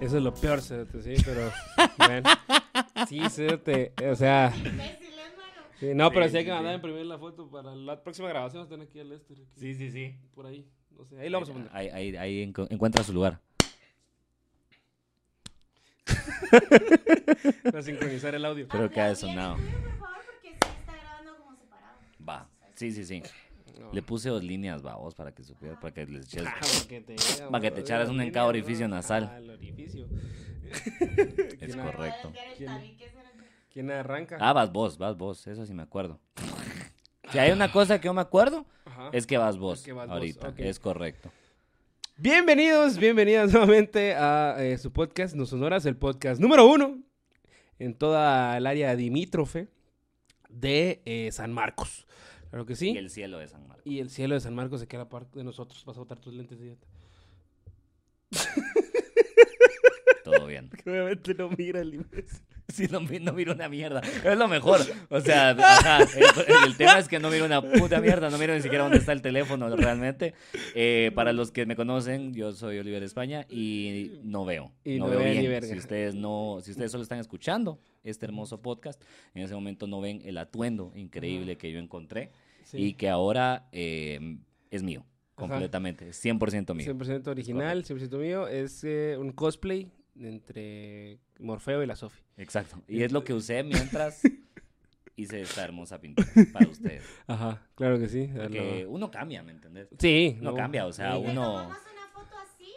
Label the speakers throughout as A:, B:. A: Eso es lo peor, Cédate, sí, pero. bueno. Sí, Cédate, o sea. Sí, no,
B: Sí,
A: pero si hay
B: sí,
A: que mandar a
B: sí.
A: imprimir la foto para la próxima grabación. Vamos a tener que ir al Lester. aquí,
B: Sí, sí, sí.
A: Por ahí. No sé, ahí lo vamos a poner.
B: Ahí, ahí, ahí enco- encuentra su lugar.
A: Para sincronizar el audio.
B: Creo que ha de sonado.
C: sonado. Por favor, porque sí está grabando como separado.
B: Va. Sí, sí, sí.
A: No.
B: Le puse dos líneas, va, vos, para que supieras, para que les eches.
A: Ah, para que te,
B: Para que te echaras una en cada orificio nasal.
A: Ah, el orificio.
B: Es
A: ¿Quién,
B: correcto.
A: ¿Quién? quién arranca?
B: Ah, vas vos, vas vos. Eso sí me acuerdo. Si hay una cosa que yo me acuerdo,
A: Ajá.
B: es que vas vos.
A: que vas vos,
B: ahorita.
A: ok.
B: Es correcto.
A: Bienvenidos, bienvenidas nuevamente a eh, su podcast Nos Sonoras, el podcast número uno en toda el área dimítrofe de eh, San Marcos. Claro que sí.
B: Y el cielo de San Marcos.
A: Y el cielo de San Marcos se queda aparte de nosotros. Vas a botar tus lentes, idiota.
B: Todo bien.
A: Obviamente no mira el
B: Sí, no, mi- no miro una mierda. Es lo mejor. O sea, ajá, el, el tema es que no miro una puta mierda. No miro ni siquiera dónde está el teléfono realmente. Eh, para los que me conocen, yo soy Oliver España y no veo.
A: Y
B: no
A: no
B: veo
A: ve ni
B: bien.
A: verga.
B: Si ustedes, no, si ustedes solo están escuchando este hermoso podcast, en ese momento no ven el atuendo increíble que yo encontré y que ahora eh, es mío.
A: Ajá.
B: Completamente. 100% mío.
A: 100% original, 100% mío. Es eh, un cosplay entre Morfeo y la Sofi.
B: Exacto. Y es lo que usé mientras hice esta hermosa pintura para ustedes.
A: Ajá, claro que sí.
B: Porque uno cambia, ¿me entendés?
A: Sí,
B: No cambia, o sea,
A: Sí.
C: Uno.
B: uno...
C: Tomamos una foto así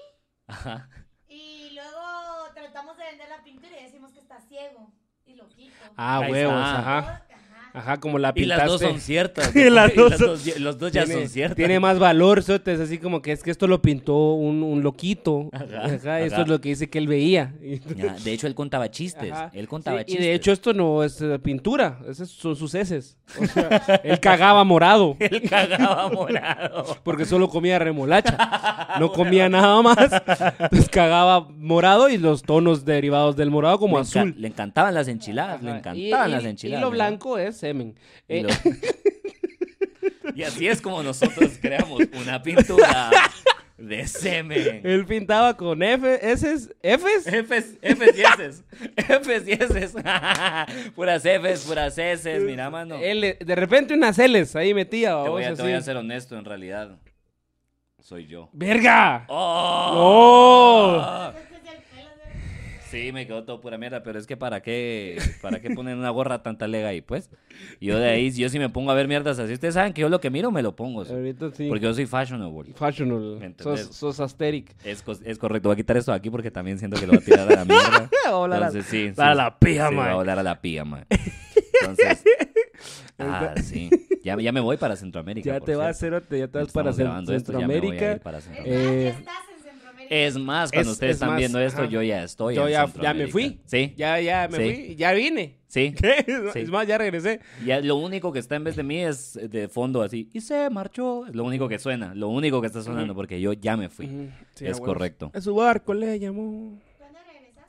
B: Ajá.
C: y luego tratamos de vender la pintura y decimos que está ciego y lo quito.
A: Ah,
B: Ahí
A: huevos,
B: está.
A: ajá.
B: Ah.
A: Ajá, como la
B: Y
A: pintaste.
B: las dos son ciertas.
A: Y las dos son-
B: dos- los dos ya son ciertas.
A: tiene más valor, Sotes, así como que es que esto lo pintó un, un loquito.
B: Ajá,
A: Ajá, esto
B: ajá.
A: es lo que dice que él veía. Y-
B: Ya, de hecho, él contaba chistes.
A: Ajá.
B: Él contaba
A: Sí, y
B: chistes.
A: de hecho esto no es eh, pintura, esos son sus heces. O sea, él cagaba morado
B: él cagaba morado.
A: porque solo comía remolacha, no comía nada más. Entonces cagaba morado y los tonos derivados del morado como
B: le enca-
A: azul.
B: le encantaban las enchiladas. Le
A: Ajá, y-
B: encantaban
A: y-
B: las
A: Y
B: enchiladas.
A: lo
B: ¿no?
A: blanco es semen.
B: Y
A: Eh,
B: lo- Y así es como nosotros creamos una pintura de semen.
A: Él pintaba con F, S's, F's.
B: Fs, Fs y Ss. Fs y Ss. puras Fs, puras Ss. Mira, mano.
A: L- de repente unas L's ahí metía.
B: Te
A: babos,
B: voy, a, te
A: así.
B: voy a ser honesto, en realidad. Soy yo.
A: ¡Verga!
B: ¡Oh!
C: Entonces el pelo de-
B: Sí, me quedó todo pura mierda, pero es que para qué, para qué poner una gorra tanta lega ahí, pues. Yo de ahí, yo si me pongo a ver mierdas así, ustedes saben que yo lo que miro me lo pongo. sí,
A: Ahorita sí.
B: Porque yo soy fashionable. ¿Me
A: Fashionable. Sos,
B: entendés?
A: sos asteric.
B: Es, cos- es correcto, voy a quitar esto de aquí porque también siento que lo va a tirar a la mierda.
A: Hola, la-
B: Entonces, sí,
A: para
B: sí,
A: la pija,
B: sí,
A: man.
B: va a volar a la pija, man. Entonces, ah, sí. Ya, ya me voy para Centroamérica.
A: Ya
B: por
A: te vas,
B: cierto.
A: cerote. Ya te vas
B: Estamos
A: para Cen-
B: grabando esto, ya me voy a ir
A: Centroamérica.
B: para Centroamérica.
A: Eh,
C: Ah, ya estás en Centroamérica.
B: Es más, cuando
A: Es-
B: ustedes
A: es
B: están
A: más,
B: viendo esto,
A: ajá.
B: yo ya estoy.
A: Yo
B: en
A: ya, ya me
B: Centroamérica.
A: fui.
B: Sí.
A: Ya, ya me
B: Sí.
A: fui. Ya vine.
B: Sí.
A: ¿Qué?
B: Sí.
A: Es más, ya regresé.
B: Ya lo único que está en vez de mí es de fondo así. Y se marchó. Es lo único que suena. Lo único que está sonando porque yo ya me fui.
A: Ujú. Sí, a
B: es
A: huevos.
B: correcto.
A: A su barco le llamó.
C: ¿Cuándo regresas?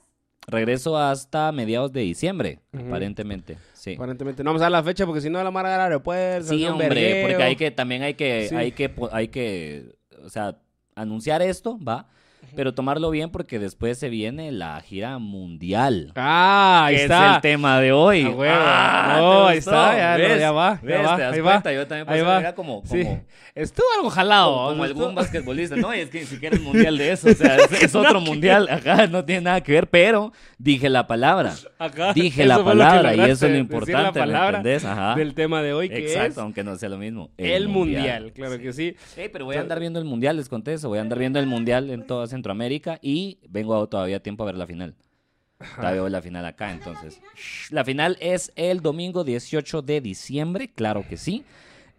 B: Regreso hasta mediados de diciembre,
A: Ujú.
B: aparentemente. Sí.
A: Aparentemente. No vamos a dar la fecha porque si no, la mara del aeropuerto.
B: Sí,
A: es un
B: hombre,
A: vergueo.
B: porque hay que, también hay que,
A: Sí.
B: hay que, po- hay que, o sea, anunciar esto, va, pero tomarlo bien porque después se viene la gira mundial.
A: Ah, ahí
B: que
A: está.
B: Es el tema de hoy.
A: A huevo.
B: Ah,
A: No,
B: ¿te
A: ahí
B: gustó?
A: está, ya, no,
B: ¿Ves?
A: ya va, ya
B: ¿Ves?
A: va,
B: ¿Te das
A: ahí va.
B: cuenta? Yo también
A: Ahí
B: pasé
A: va.
B: mira, como, como,
A: Sí. pues Estuvo algo jalado.
B: como, como
A: estuvo-
B: algún basquetbolista. No, y es que ni siquiera es mundial de eso. O sea, es, es otro mundial. Ajá, no tiene nada que ver, pero dije la palabra.
A: Ajá,
B: Dije
A: eso
B: la
A: fue lo que
B: palabra y
A: lograste,
B: eso es lo
A: decir la
B: importante, ¿me
A: palabra
B: entendés? Ajá.
A: Del tema de hoy, que
B: Exacto, aunque no sea lo mismo.
A: es el mundial, claro que sí.
B: Ey, pero voy a andar viendo el mundial, les conté eso. Voy a andar viendo el mundial en toda Centroamérica y vengo a- todavía a tiempo a ver la final. Todavía veo la final acá, entonces. Shh, La final es el domingo 18 de diciembre, claro que sí.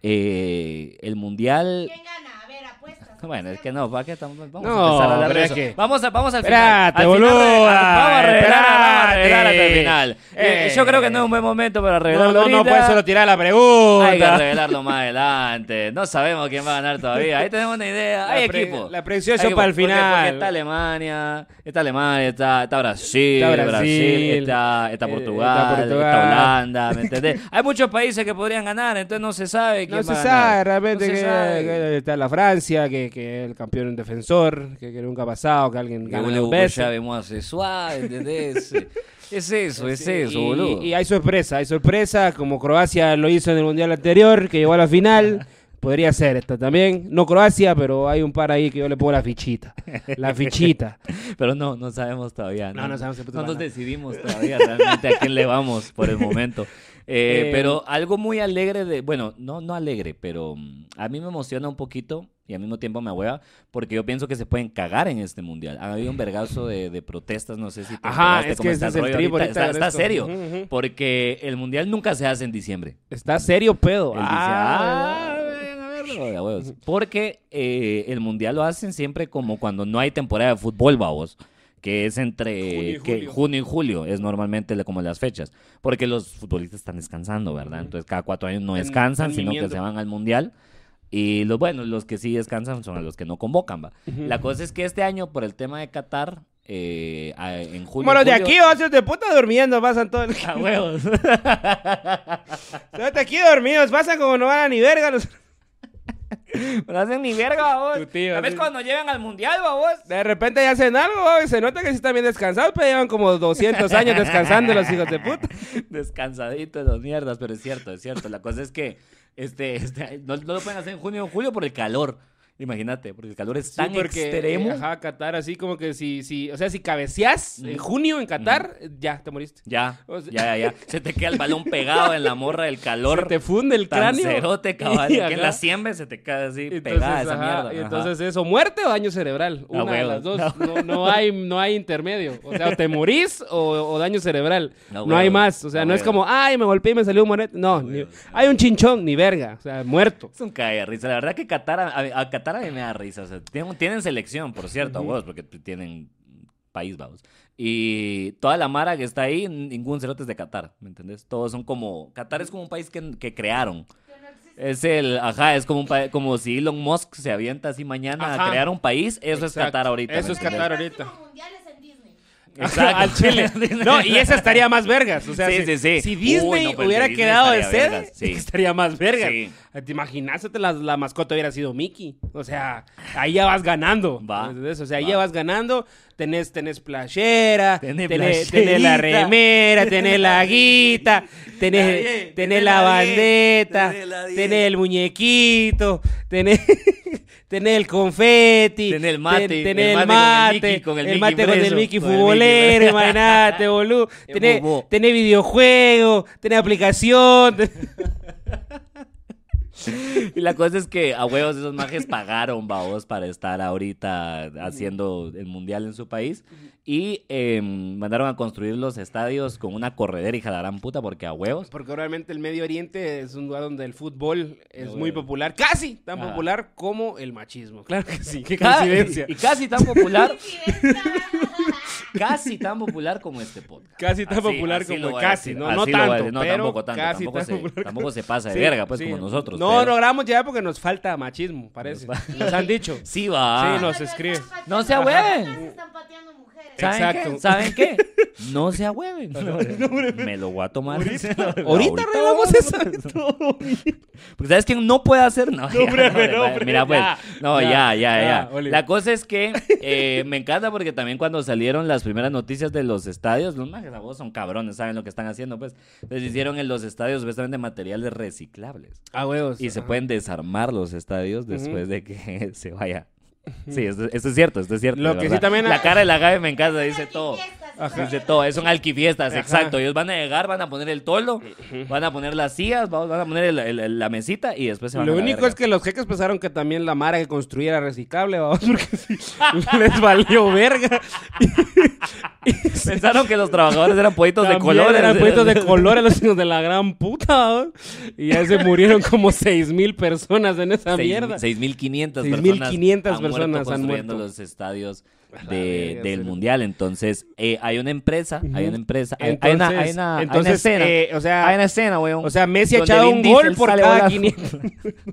B: Eh, el mundial.
C: ¿Quién gana? A ver, apuestas.
B: Bueno, es que no, ¿para qué estamos? Vamos
A: No,
B: a empezar a hablar
A: hombre,
B: de
A: es
B: eso.
A: que-
B: Vamos, a, vamos al final.
A: Espérate,
B: Al final,
A: boluda,
B: vamos a arreglar, vamos a arreglar hasta el
A: espérate.
B: final. Eh,
A: Eh,
B: yo creo que no es un buen momento para
A: No,
B: revelarlo.
A: no, no,
B: ahorita.
A: pues solo tirar la
B: Hay que
A: pregunta.
B: revelarlo más adelante. No sabemos quién va a ganar todavía. Ahí tenemos una idea. Hay
A: La pre-
B: equipo.
A: la predicción
B: Hay
A: es
B: equipo.
A: para el
B: Porque-
A: final.
B: porque está Alemania, está Alemania, está, está Brasil,
A: Está
B: Brasil,
A: Brasil,
B: está, está
A: eh,
B: Portugal,
A: está
B: está,
A: Portugal.
B: Holanda, ¿me entendés? Hay muchos países que podrían ganar, entonces no se sabe quién
A: No se
B: va a ganar.
A: sabe realmente
B: No se
A: que,
B: sabe.
A: que está la Francia, que, que es el campeón en defensor, que, que nunca ha pasado, que alguien
B: Que
A: gana
B: huele
A: dos
B: Hugo
A: veces.
B: Chávez más suave, ¿entendés? es eso, es eso,
A: Y-
B: boludo.
A: Y, hay sorpresa, hay sorpresa, como Croacia lo hizo en el Mundial anterior, que llegó a la final. Podría ser esta también. No Croacia, pero hay un par ahí que yo le pongo la fichita. La fichita.
B: Pero no, no sabemos todavía.
A: No, no sabemos qué puto
B: No nos
A: pasa.
B: decidimos todavía realmente a quién le vamos por el momento. Eh,
A: Eh,
B: pero algo muy alegre de, bueno, no, no alegre, pero mm, a mí me emociona un poquito y al mismo tiempo me hueva porque yo pienso que se pueden cagar en este mundial. Ha habido un vergazo de, de protestas, no sé si te
A: Ajá,
B: enteraste
A: es
B: cómo
A: que
B: este está
A: ese es el
B: rollo
A: trip
B: ahorita.
A: ahorita
B: Está,
A: con
B: está
A: esto.
B: serio,
A: Ujú, ujú.
B: porque el mundial nunca se hace en diciembre.
A: Está serio, pedo.
B: Él dice,
A: Ah,
B: "Ah, vayan a verlo", de a huevos. Porque eh, el mundial lo hacen siempre como cuando no hay temporada de fútbol, babos. Que es entre
A: Junio y
B: que
A: julio.
B: junio y julio, es normalmente la- como las fechas. Porque los futbolistas están descansando, ¿verdad? Entonces cada cuatro años no
A: Están-
B: descansan,
A: están
B: sino que
A: viniendo.
B: se van al mundial. Y los buenos, los que sí descansan son a los que no convocan, va. La cosa es que este año, por el tema de Qatar, eh, a- en julio.
A: Bueno, de
B: julio-
A: aquí, ocho de puta durmiendo, pasan todo el...
B: A huevos.
A: De aquí dormidos, pasan como no van a ni verga los...
B: No hacen ni verga, babos.
A: Tu tío,
B: Tal vez
A: sí.
B: cuando lleven al mundial, babos.
A: De repente ya hacen algo, ¿va? y se nota que sí están bien descansados, pero llevan como 200 años descansando los hijos de puta.
B: Descansaditos los mierdas, pero es cierto, es cierto. La cosa es que este, este, no, no lo pueden hacer en junio o en julio por el calor. Imagínate, porque el calor es tan
A: Sí, porque,
B: extremo.
A: eh, ajá, Qatar, así como que si, si o sea, si cabeceás en junio en Qatar, eh, ya, te moriste.
B: Ya,
A: O sea-
B: ya, ya, ya. Se te queda el balón pegado en la morra del calor.
A: Se te funde el
B: tan
A: cráneo.
B: cerote, cabal, que
A: Ajá.
B: en la siembre se te queda así
A: Entonces,
B: pegada esa
A: ajá,
B: mierda.
A: y
B: ajá.
A: entonces eso, muerte o daño cerebral.
B: Ah,
A: Una de
B: huevo.
A: las dos. No, no hay, no hay intermedio. O sea, o te morís o, o daño cerebral.
B: Ah,
A: No,
B: huevo.
A: hay más. O sea,
B: Ah,
A: no es
B: huevo.
A: como, ay, me golpeé y me salió un morete. No, ni- hay un chinchón, ni verga. O sea, muerto.
B: Es un cae de risa. La verdad que Qatar, a, a- a Qatar a mí me da risa. O sea, tienen, tienen selección, por cierto, a huevos, porque t- tienen país, vamos. Y toda la mara que está ahí, ningún cerote es de Qatar, ¿me entendés? Todos son como... Qatar es como un país que, que crearon.
C: Que no existe.
B: Es el... Ajá, es como, un pa- como si Elon Musk se avienta así mañana
A: Ajá.
B: a crear un país. Eso es
A: Exacto.
B: Qatar ahorita.
A: Eso
B: ¿me
A: es
B: entendés?
A: Qatar
C: El próximo
A: ahorita.
C: mundial es en Disney.
B: Exacto.
A: Al Chile. No, y esa estaría más vergas. O sea,
B: Sí,
A: si,
B: sí, sí.
A: si
B: Uy,
A: Disney
B: no, pero el
A: hubiera
B: de Disney
A: quedado de
B: estaría
A: sede,
B: vergas, sí.
A: estaría más vergas.
B: Sí.
A: Eh, Te imaginas, la, la mascota hubiera sido Mickey. O sea, ahí ya vas ganando.
B: Va.
A: ¿entendés? O sea, ahí
B: Va.
A: ya vas ganando. Tenés, tenés playera,
B: Tenés
A: tenés, tenés la
B: playerita.
A: remera, tenés la guita, tenés,
B: La diez,
A: tenés,
B: tenés
A: la,
B: la diez,
A: bandeta,
B: tenés la diez.
A: tenés el muñequito, tenés, tenés el confeti,
B: Tenés el mate,
A: ten-
B: el
A: tenés el
B: mate con el
A: mate, el
B: Mickey, con el Mickey
A: mate con el
B: preso,
A: Mickey
B: con el Mickey
A: futbolero,
B: preso.
A: imagínate, boludo.
B: Es
A: Tenés,
B: bobo.
A: tenés videojuego, tenés aplicación. tenés-
B: Y la cosa es que a huevos esos majes pagaron, babos, para estar ahorita haciendo el mundial en su país. Y em, mandaron a construir los estadios con una corredera y jalarán puta porque a huevos.
A: Porque realmente el Medio Oriente es un lugar donde el fútbol es
B: No,
A: muy
B: bueno.
A: popular, casi tan
B: Ajá.
A: popular como el machismo. Claro que sí, qué
B: Ca-
A: coincidencia.
B: Y casi tan popular,
C: Coincidencia.
B: casi tan popular como este podcast.
A: Casi tan
B: Así-
A: popular
B: así
A: como
B: lo
A: el
B: voy a
A: casi,
B: decir,
A: no,
B: así
A: no
B: lo voy a
A: tanto,
B: decir. No,
A: pero
B: tampoco tanto,
A: casi
B: tampoco,
A: tan
B: se,
A: popular.
B: tampoco se pasa de
A: Sí,
B: verga, pues
A: sí.
B: como nosotros.
A: No
B: pero-
A: logramos llegar porque nos falta machismo, parece. Nos han dicho.
B: Sí va.
A: Sí, nos
C: Cuando
A: escribe.
C: están pateando-
B: No se
C: Cuando
B: ahueven.
C: están pateando mujeres.
A: Sí.
B: ¿Saben
A: Exacto.
B: qué? ¿Saben qué? No se ahueven. Me lo voy a tomar. Ahorita,
A: Ahorita arreglamos eso.
B: Porque sabes que no puede hacer no. ya,
A: hombre,
B: no,
A: no, hombre,
B: mira, pues.
A: ya,
B: no,
A: ya,
B: ya, ya, ya.
A: ya, Oli.
B: La cosa es que eh, me encanta porque también cuando salieron las primeras noticias de los estadios, los majes a vos son cabrones, saben lo que están haciendo, pues. Les hicieron en los estadios supuestamente materiales reciclables.
A: A Ah, huevos.
B: Y se
A: Ajá.
B: pueden desarmar los estadios después de que se vaya. Sí, esto, esto es cierto, esto es cierto.
A: Lo
B: de
A: que sí
B: verdad.
A: también-
B: La cara de la Gabe me encanta, dice todo.
C: Fiestas,
A: Ajá.
B: Dice todo, es un alquifiestas,
A: Ajá.
B: exacto. Ellos van a llegar, van a poner el tolo, van a poner las sillas, va- van a poner el- el- el- la mesita y después se van
A: Lo
B: a la
A: único
B: verga.
A: es que los jeques pensaron que también la mara que construyera reciclable, vamos, porque sí, les valió verga.
B: Pensaron que los trabajadores eran pollitos de
A: También
B: colores.
A: Eran puestos de colores los hijos de la gran puta, vamos. Y ya se murieron como seis mil personas en esa
B: Seis-
A: mierda.
B: 6.500
A: 6.500
B: personas. han muerto
A: personas han
B: construyendo
A: muerto.
B: los estadios
A: la
B: de-
A: verga,
B: del
A: sí.
B: mundial. Entonces, eh, hay una empresa, hay una empresa, hay- hay, una,
A: Entonces,
B: hay, una, hay una
A: entonces,
B: escena.
A: eh, o sea,
B: hay una escena, weón.
A: O sea, Messi ha
B: donde
A: echado
B: Vin
A: un
B: Diesel
A: gol por
B: sale
A: cada
B: volando.
A: 500.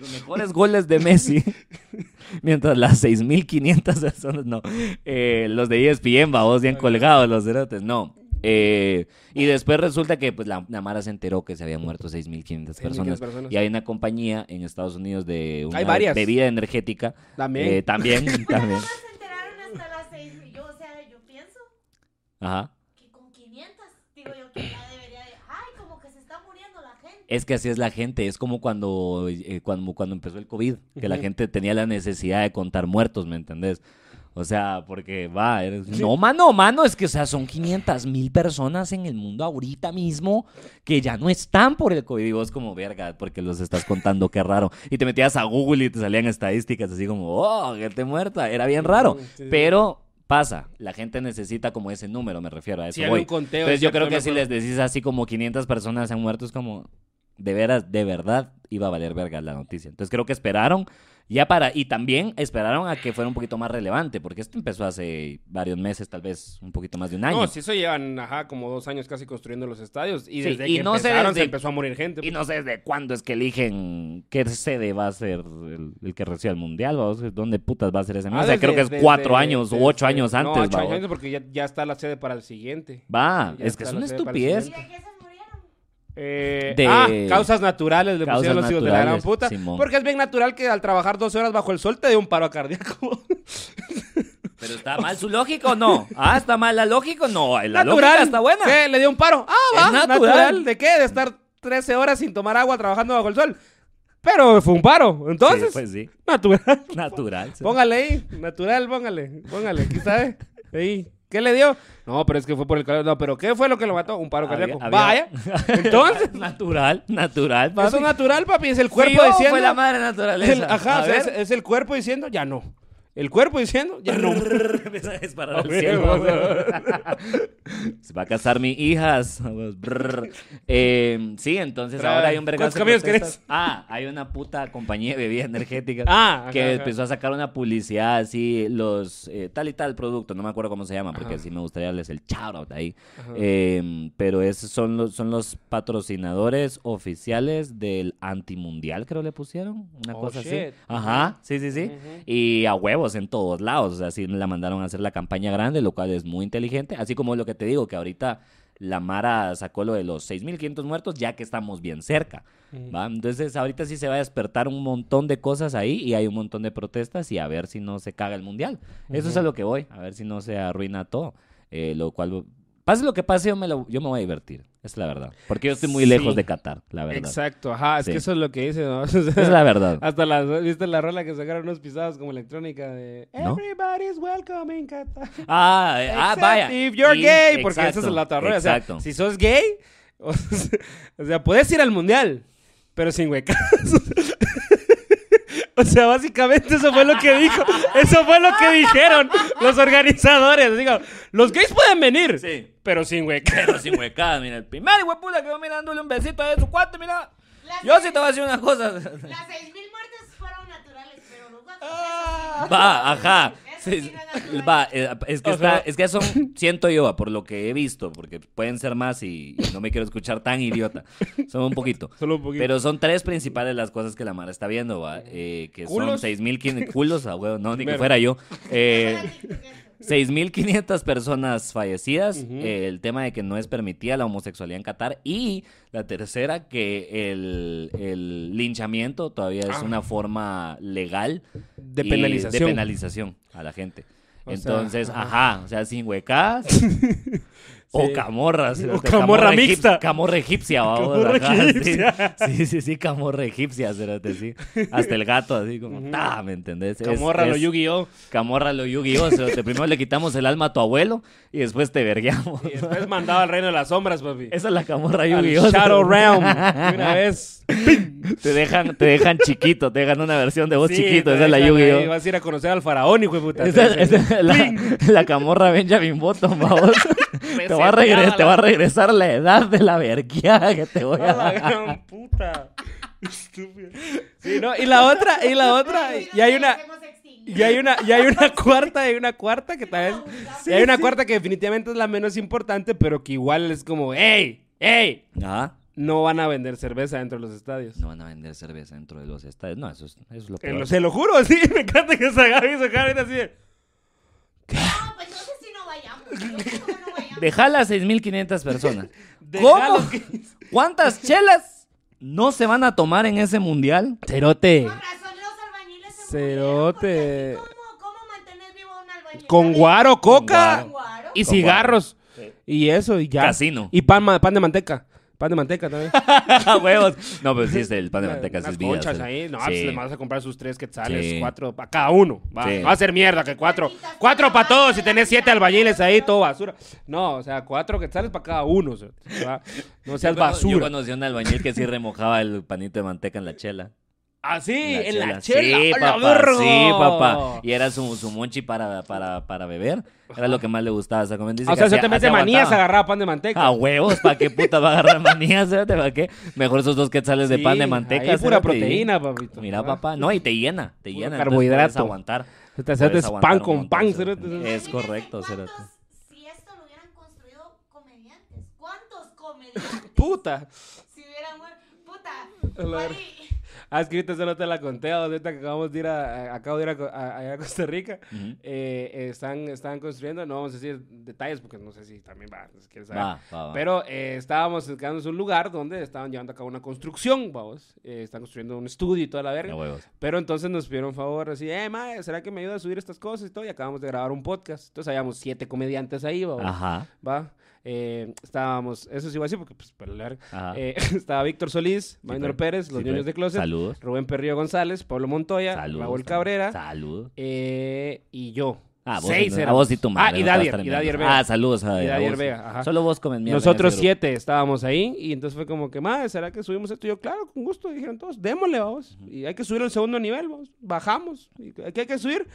B: los mejores goles de Messi, mientras las 6.500 personas, no, eh, los de ESPN, babos, ya han colgado los cerotes, no. Eh, y después resulta que pues la, la Mara se enteró que se habían muerto 6.500
A: 6.500
B: personas.
A: personas.
B: Y hay una compañía en Estados Unidos de una
A: Hay varias.
B: bebida energética.
A: También.
B: eh, también, también.
C: Todos se enteraron hasta las seis. y Yo, o sea, yo pienso
B: Ajá.
C: que con 500, digo yo que ya debería de. Ay, como que se está muriendo la gente.
B: Es que así es la gente, es como cuando, eh, cuando, cuando empezó el COVID, que la
A: Ujú.
B: gente tenía la necesidad de contar muertos, ¿me entendés? O sea, porque va, eres- no, mano, mano, es que, o sea, son 500 mil personas en el mundo ahorita mismo que ya no están por el COVID. Y vos como, verga, porque los estás contando, qué raro. Y te metías a Google y te salían estadísticas así como, oh, gente muerta. Era bien raro.
A: Sí, sí, sí.
B: Pero pasa, la gente necesita como ese número, me refiero a eso.
A: Sí, hay
B: voy.
A: un conteo,
B: Entonces yo
A: exacto,
B: creo que
A: me
B: si
A: acuerdo.
B: les decís así como 500 personas han muerto, es como, de veras, de verdad, iba a valer verga la noticia. Entonces creo que esperaron ya para, y también esperaron a que fuera un poquito más relevante, porque esto empezó hace varios meses, tal vez un poquito más de un año.
A: No, sí, eso llevan, ajá, como dos años casi construyendo los estadios. Y
B: Sí,
A: desde
B: y
A: que
B: no sé
A: empezaron se
B: desde-
A: empezó a morir gente.
B: Y no sé desde cuándo es que eligen qué sede va a ser el, el que reciba el mundial, ¿va? O sea, dónde putas va a ser ese
A: Ah,
B: O sea,
A: desde-
B: creo que es
A: desde-
B: cuatro años
A: desde-
B: o ocho años antes,
A: No, ocho
B: ¿va?
A: años antes porque ya, ya está la sede para el siguiente.
B: Va,
A: Ya
B: es que es
A: está
B: una
A: la sede para el
B: estupidez.
C: ¿Y de qué se murieron?
A: Eh,
B: De-
A: Ah, causas naturales le
B: Causas
A: pusieron los hijos de la gran
B: naturales,
A: puta.
B: Simón.
A: Porque es bien natural que al trabajar 12 horas bajo el sol te dé un paro cardíaco.
B: Pero está mal su lógica o no? Ah, está mal la lógica o no? La
A: natural.
B: lógica está buena.
A: ¿Qué? Le dio un paro. Ah,
B: Es
A: va. Natural.
B: natural.
A: ¿De qué? De estar 13 horas sin tomar agua trabajando bajo el sol. Pero fue un paro. Entonces,
B: Sí, pues sí,
A: natural.
B: natural. sí.
A: Póngale ahí, natural, póngale, póngale, aquí sabe. Ahí. ¿Qué le dio? No, pero es que fue por el calor. No, pero ¿qué fue lo que lo mató? Un paro
B: Había-
A: cardíaco.
B: había-
A: Vaya. Entonces,
B: natural, natural. papi.
A: eso es natural, papi, oh, es el
B: Fui
A: cuerpo
B: yo,
A: diciendo.
B: fue la madre
A: el-
B: naturaleza.
A: ajá,
B: A
A: o sea, es,
B: ver.
A: es el cuerpo diciendo, ya no. El cuerpo diciendo, ya no.
B: Empieza a disparar
A: A
B: al
A: ver,
B: cielo,
A: vamos a
B: güey. Se va a casar mi hijas. Brr. Eh, sí, entonces
A: Trae-
B: ahora hay un vergazo de
A: ¿Cuántos camiones
B: protestas. Ah, hay una puta compañía de bebida energética
A: Ah, ajá,
B: que
A: ajá.
B: empezó a sacar una publicidad así, los eh, tal y tal producto, no me acuerdo cómo se llama, porque sí me gustaría darles el shout out ahí. Eh, pero esos son los, son los patrocinadores oficiales del antimundial, creo le pusieron, una
A: Oh,
B: cosa
A: shit.
B: así. Ajá, sí, sí, sí. Y a huevos en todos lados. O sea, sí la mandaron a hacer la campaña grande, lo cual es muy inteligente. Así como lo que te digo, que ahorita la Mara sacó lo de los 6.500 muertos, ya que estamos bien cerca. ¿va? Entonces, ahorita sí se va a despertar un montón de cosas ahí y hay un montón de protestas y a ver si no se caga el mundial. Eso es a lo que voy, a ver si no se arruina todo. Eh, lo cual, pase lo que pase, yo me, lo- yo me voy a divertir. Es la verdad. Porque yo estoy muy
A: Sí.
B: lejos de Qatar, la verdad.
A: Exacto, ajá, es
B: Sí.
A: que eso es lo que dice, ¿no? O
B: Es
A: sea,
B: la verdad.
A: Hasta la, ¿viste la rola que sacaron unos pisados como electrónica de
B: ¿No?
A: Everybody's welcome in Qatar?
B: Ah, eh, ah,
A: Except
B: vaya.
A: If you're
B: Y-
A: gay, porque esa
B: exacto,
A: es la otra rola. O sea,
B: Exacto.
A: si sos gay, o sea, o sea, puedes ir al mundial, pero sin huecas. O sea, básicamente eso fue lo que dijo. Eso fue lo que dijeron los organizadores. Digo, los gays pueden venir,
B: Sí.
A: pero sin huecas.
B: Pero sin huecada, mira, el primer hueputa que va mirándole un besito a su cuate, mira.
C: Las
B: Yo
C: seis-
B: sí te voy a Ah. decir una cosa.
C: Las 6.000 muertes fueron naturales, pero no cuatro.
B: Va, ajá.
C: Eso sí
B: Sí,
C: no es natural.
B: va, eh, es que,
A: Ajá.
B: está, es que son, siento yo, por lo que he visto, porque pueden ser más y, y no me quiero escuchar tan idiota. Son un poquito.
A: Solo un poquito.
B: Pero son tres principales las cosas que la Mara está viendo, va. Eh, que
A: Culos.
B: son 6.500 culos, a huevo, no, ni que
A: Mero.
B: fuera yo. Eh,
C: Era tiktoker.
B: 6.500 personas fallecidas, eh, el tema de que no es permitida la homosexualidad en Qatar y la tercera, que el, el linchamiento todavía es
A: Ah.
B: una forma legal
A: De
B: y-
A: penalización.
B: de penalización a la gente.
A: O
B: Entonces,
A: sea,
B: ajá. o sea, sin huecas o
A: Sí.
B: camorras.
A: O
B: o sea,
A: camorra
B: egip-
A: mixta.
B: Camorra egipcia, vamos,
A: Camorra
B: ajá, sí.
A: egipcia.
B: Sí, sí, sí, camorra egipcia, espérate, sí. Hasta el gato, así como, ta, ¿me entendés? Es-
A: Camorra lo
B: es-
A: Yu-Gi-Oh!
B: Camorra lo Yu-Gi-Oh! o sea, te- primero le quitamos el alma a tu abuelo y después te vergueamos.
A: Y después mandaba al reino de las sombras, papi.
B: Esa es la camorra
A: Al
B: Yu-Gi-Oh!
A: Shadow Realm. De Una vez.
B: Te dejan, te dejan chiquito, te dejan una versión de vos
A: Sí,
B: chiquito.
A: te
B: Esa es la
A: dejan ahí,
B: Yu-Gi-Oh!
A: Vas a ir a conocer al faraón, hijo de puta.
B: Esa,
A: Te dicen,
B: esa es la, la camorra Benjamin Button, vamos. te, va a regre- te va a regresar la edad de la vergueada que te voy
A: A
B: a
A: la
B: dar.
A: gran puta. Estúpido. Sí, no, y la otra, y la otra, y hay una,
C: Hemos extinguido.
A: Y hay una, y hay una cuarta, y hay una cuarta que tal vez.
C: Sí,
A: y hay una cuarta que definitivamente es la menos importante, pero que igual es como, ¡Ey! ¡Ey!
B: Ajá.
A: No van a vender cerveza dentro de los estadios.
B: Ah, No van a vender cerveza dentro de los estadios. No, eso es, eso es lo
A: Eh,
B: peor.
A: lo- se lo juro, sí, me encanta que se Gaby se cara así de,
C: No, pues no sé si no vayamos. No sé cómo no vayamos.
B: Dejala a 6.500 personas.
A: "Déjalo
B: ¿Cómo?
A: que-".
B: ¿Cuántas chelas no se van a tomar en ese mundial?
A: Cerote.
C: Con razón los albañiles se murieron, porque
A: Cerote.
C: así, ¿Cómo, cómo mantener vivo a un albañil?
A: Con guaro, coca.
C: Con guaro.
A: Y
B: Con
A: cigarros. Y eso, y ya.
B: Casino.
A: Y pan, ma- pan de manteca. Pan de manteca también.
B: ¡Ah, huevos! No, pero sí, es el pan de manteca sí
A: Unas
B: es vida.
A: conchas
B: sí.
A: ahí. No,
B: Sí.
A: pues le vas a comprar sus tres quetzales,
B: Sí.
A: cuatro a cada uno. Va,
B: Sí.
A: va a ser mierda que cuatro.
C: Carnitas
A: Cuatro
C: para
A: para todos
C: la
A: y tenés siete
C: mitad.
A: albañiles ahí, todo basura. No, o sea, cuatro quetzales para cada uno. o sea, va. No seas
B: Yo cono- Yo
A: basura.
B: conocí a un albañil que sí remojaba el panito de manteca en la chela.
A: Así, Ah, en la
B: Sí,
A: chela. ¡Hola,
B: papá,
A: vergo!
B: sí, papá. Y era su, su monchi para, para, para beber. Era lo que más le gustaba. O sea, como él dice
A: Ah, O
B: que
A: sea,
B: hacía-
A: yo te metes
B: hacía Ah,
A: manías
B: aguantaba.
A: agarrar pan de manteca.
B: A huevos, ¿para qué puta va a agarrar manías? ¿eh? ¿Para qué? Mejor esos dos quetzales de
A: Sí,
B: pan de manteca.
A: ahí pura
B: ¿sí?
A: proteína, papito.
B: Mira,
A: Ah.
B: papá. No, y te llena, te
A: Puro
B: llena.
A: carbohidrato.
B: Carbohidrato. aguantar.
A: Te haces
B: puedes
A: pan
B: aguantar un
A: con pan.
B: montón,
A: cerote.
B: sí. Es correcto,
C: ¿Cuántos-
B: Cerote.
C: Si esto lo hubieran construido comediantes, ¿cuántos comediantes?
A: Puta.
C: si hubieran muerto, puta.
A: A la verga.
C: Oli,
A: Ah, es que ahorita solo te la conté, ahorita que acabamos de ir a, a- acabo de ir a, Co- a- allá a Costa Rica,
B: Ujú.
A: eh, eh, están, están construyendo, no vamos a decir detalles porque no sé si también va, si quieres saber.
B: Va, va, va.
A: Pero eh, estábamos quedándonos en un lugar donde estaban llevando a cabo una construcción, vamos, eh, están construyendo un estudio y toda la verga.
B: A huevos.
A: Pero entonces nos pidieron favor, así, eh, mae, ¿será que me ayuda a subir estas cosas y todo? Y acabamos de grabar un podcast, entonces habíamos siete comediantes ahí, vamos.
B: Ajá,
A: Va. Eh, estábamos, eso sí iba a decir porque, pues, para la verga.
B: ajá.
A: Eh, estaba Víctor Solís, Maynor
B: pero-
A: Pérez, los
B: Ah. sí,
A: niños
B: pero-
A: de Closet.
B: Saludos.
A: Rubén Perrío González, Pablo Montoya,
B: Saludos.
A: Raúl Cabrera
B: Saludos.
A: eh, y yo.
B: Ah, vos,
A: Seis
B: y- a
A: éramos.
B: vos y tu madre.
A: Ah, y
B: no te vas a
A: Dadier,
B: estar
A: y
B: mirando.
A: Dadier Vega.
B: Ah, saludos a
A: Y
B: a
A: Dadier
B: vos.
A: Vega, ajá.
B: Solo vos comen mierda. en
A: Nosotros
B: ese grupo.
A: siete estábamos ahí y entonces fue como que, madre, ¿será que subimos esto? Y yo, claro, con gusto, dijeron todos, démosle, vamos. Y hay que subir al segundo nivel, vamos. Bajamos, y ¿qué hay que subir?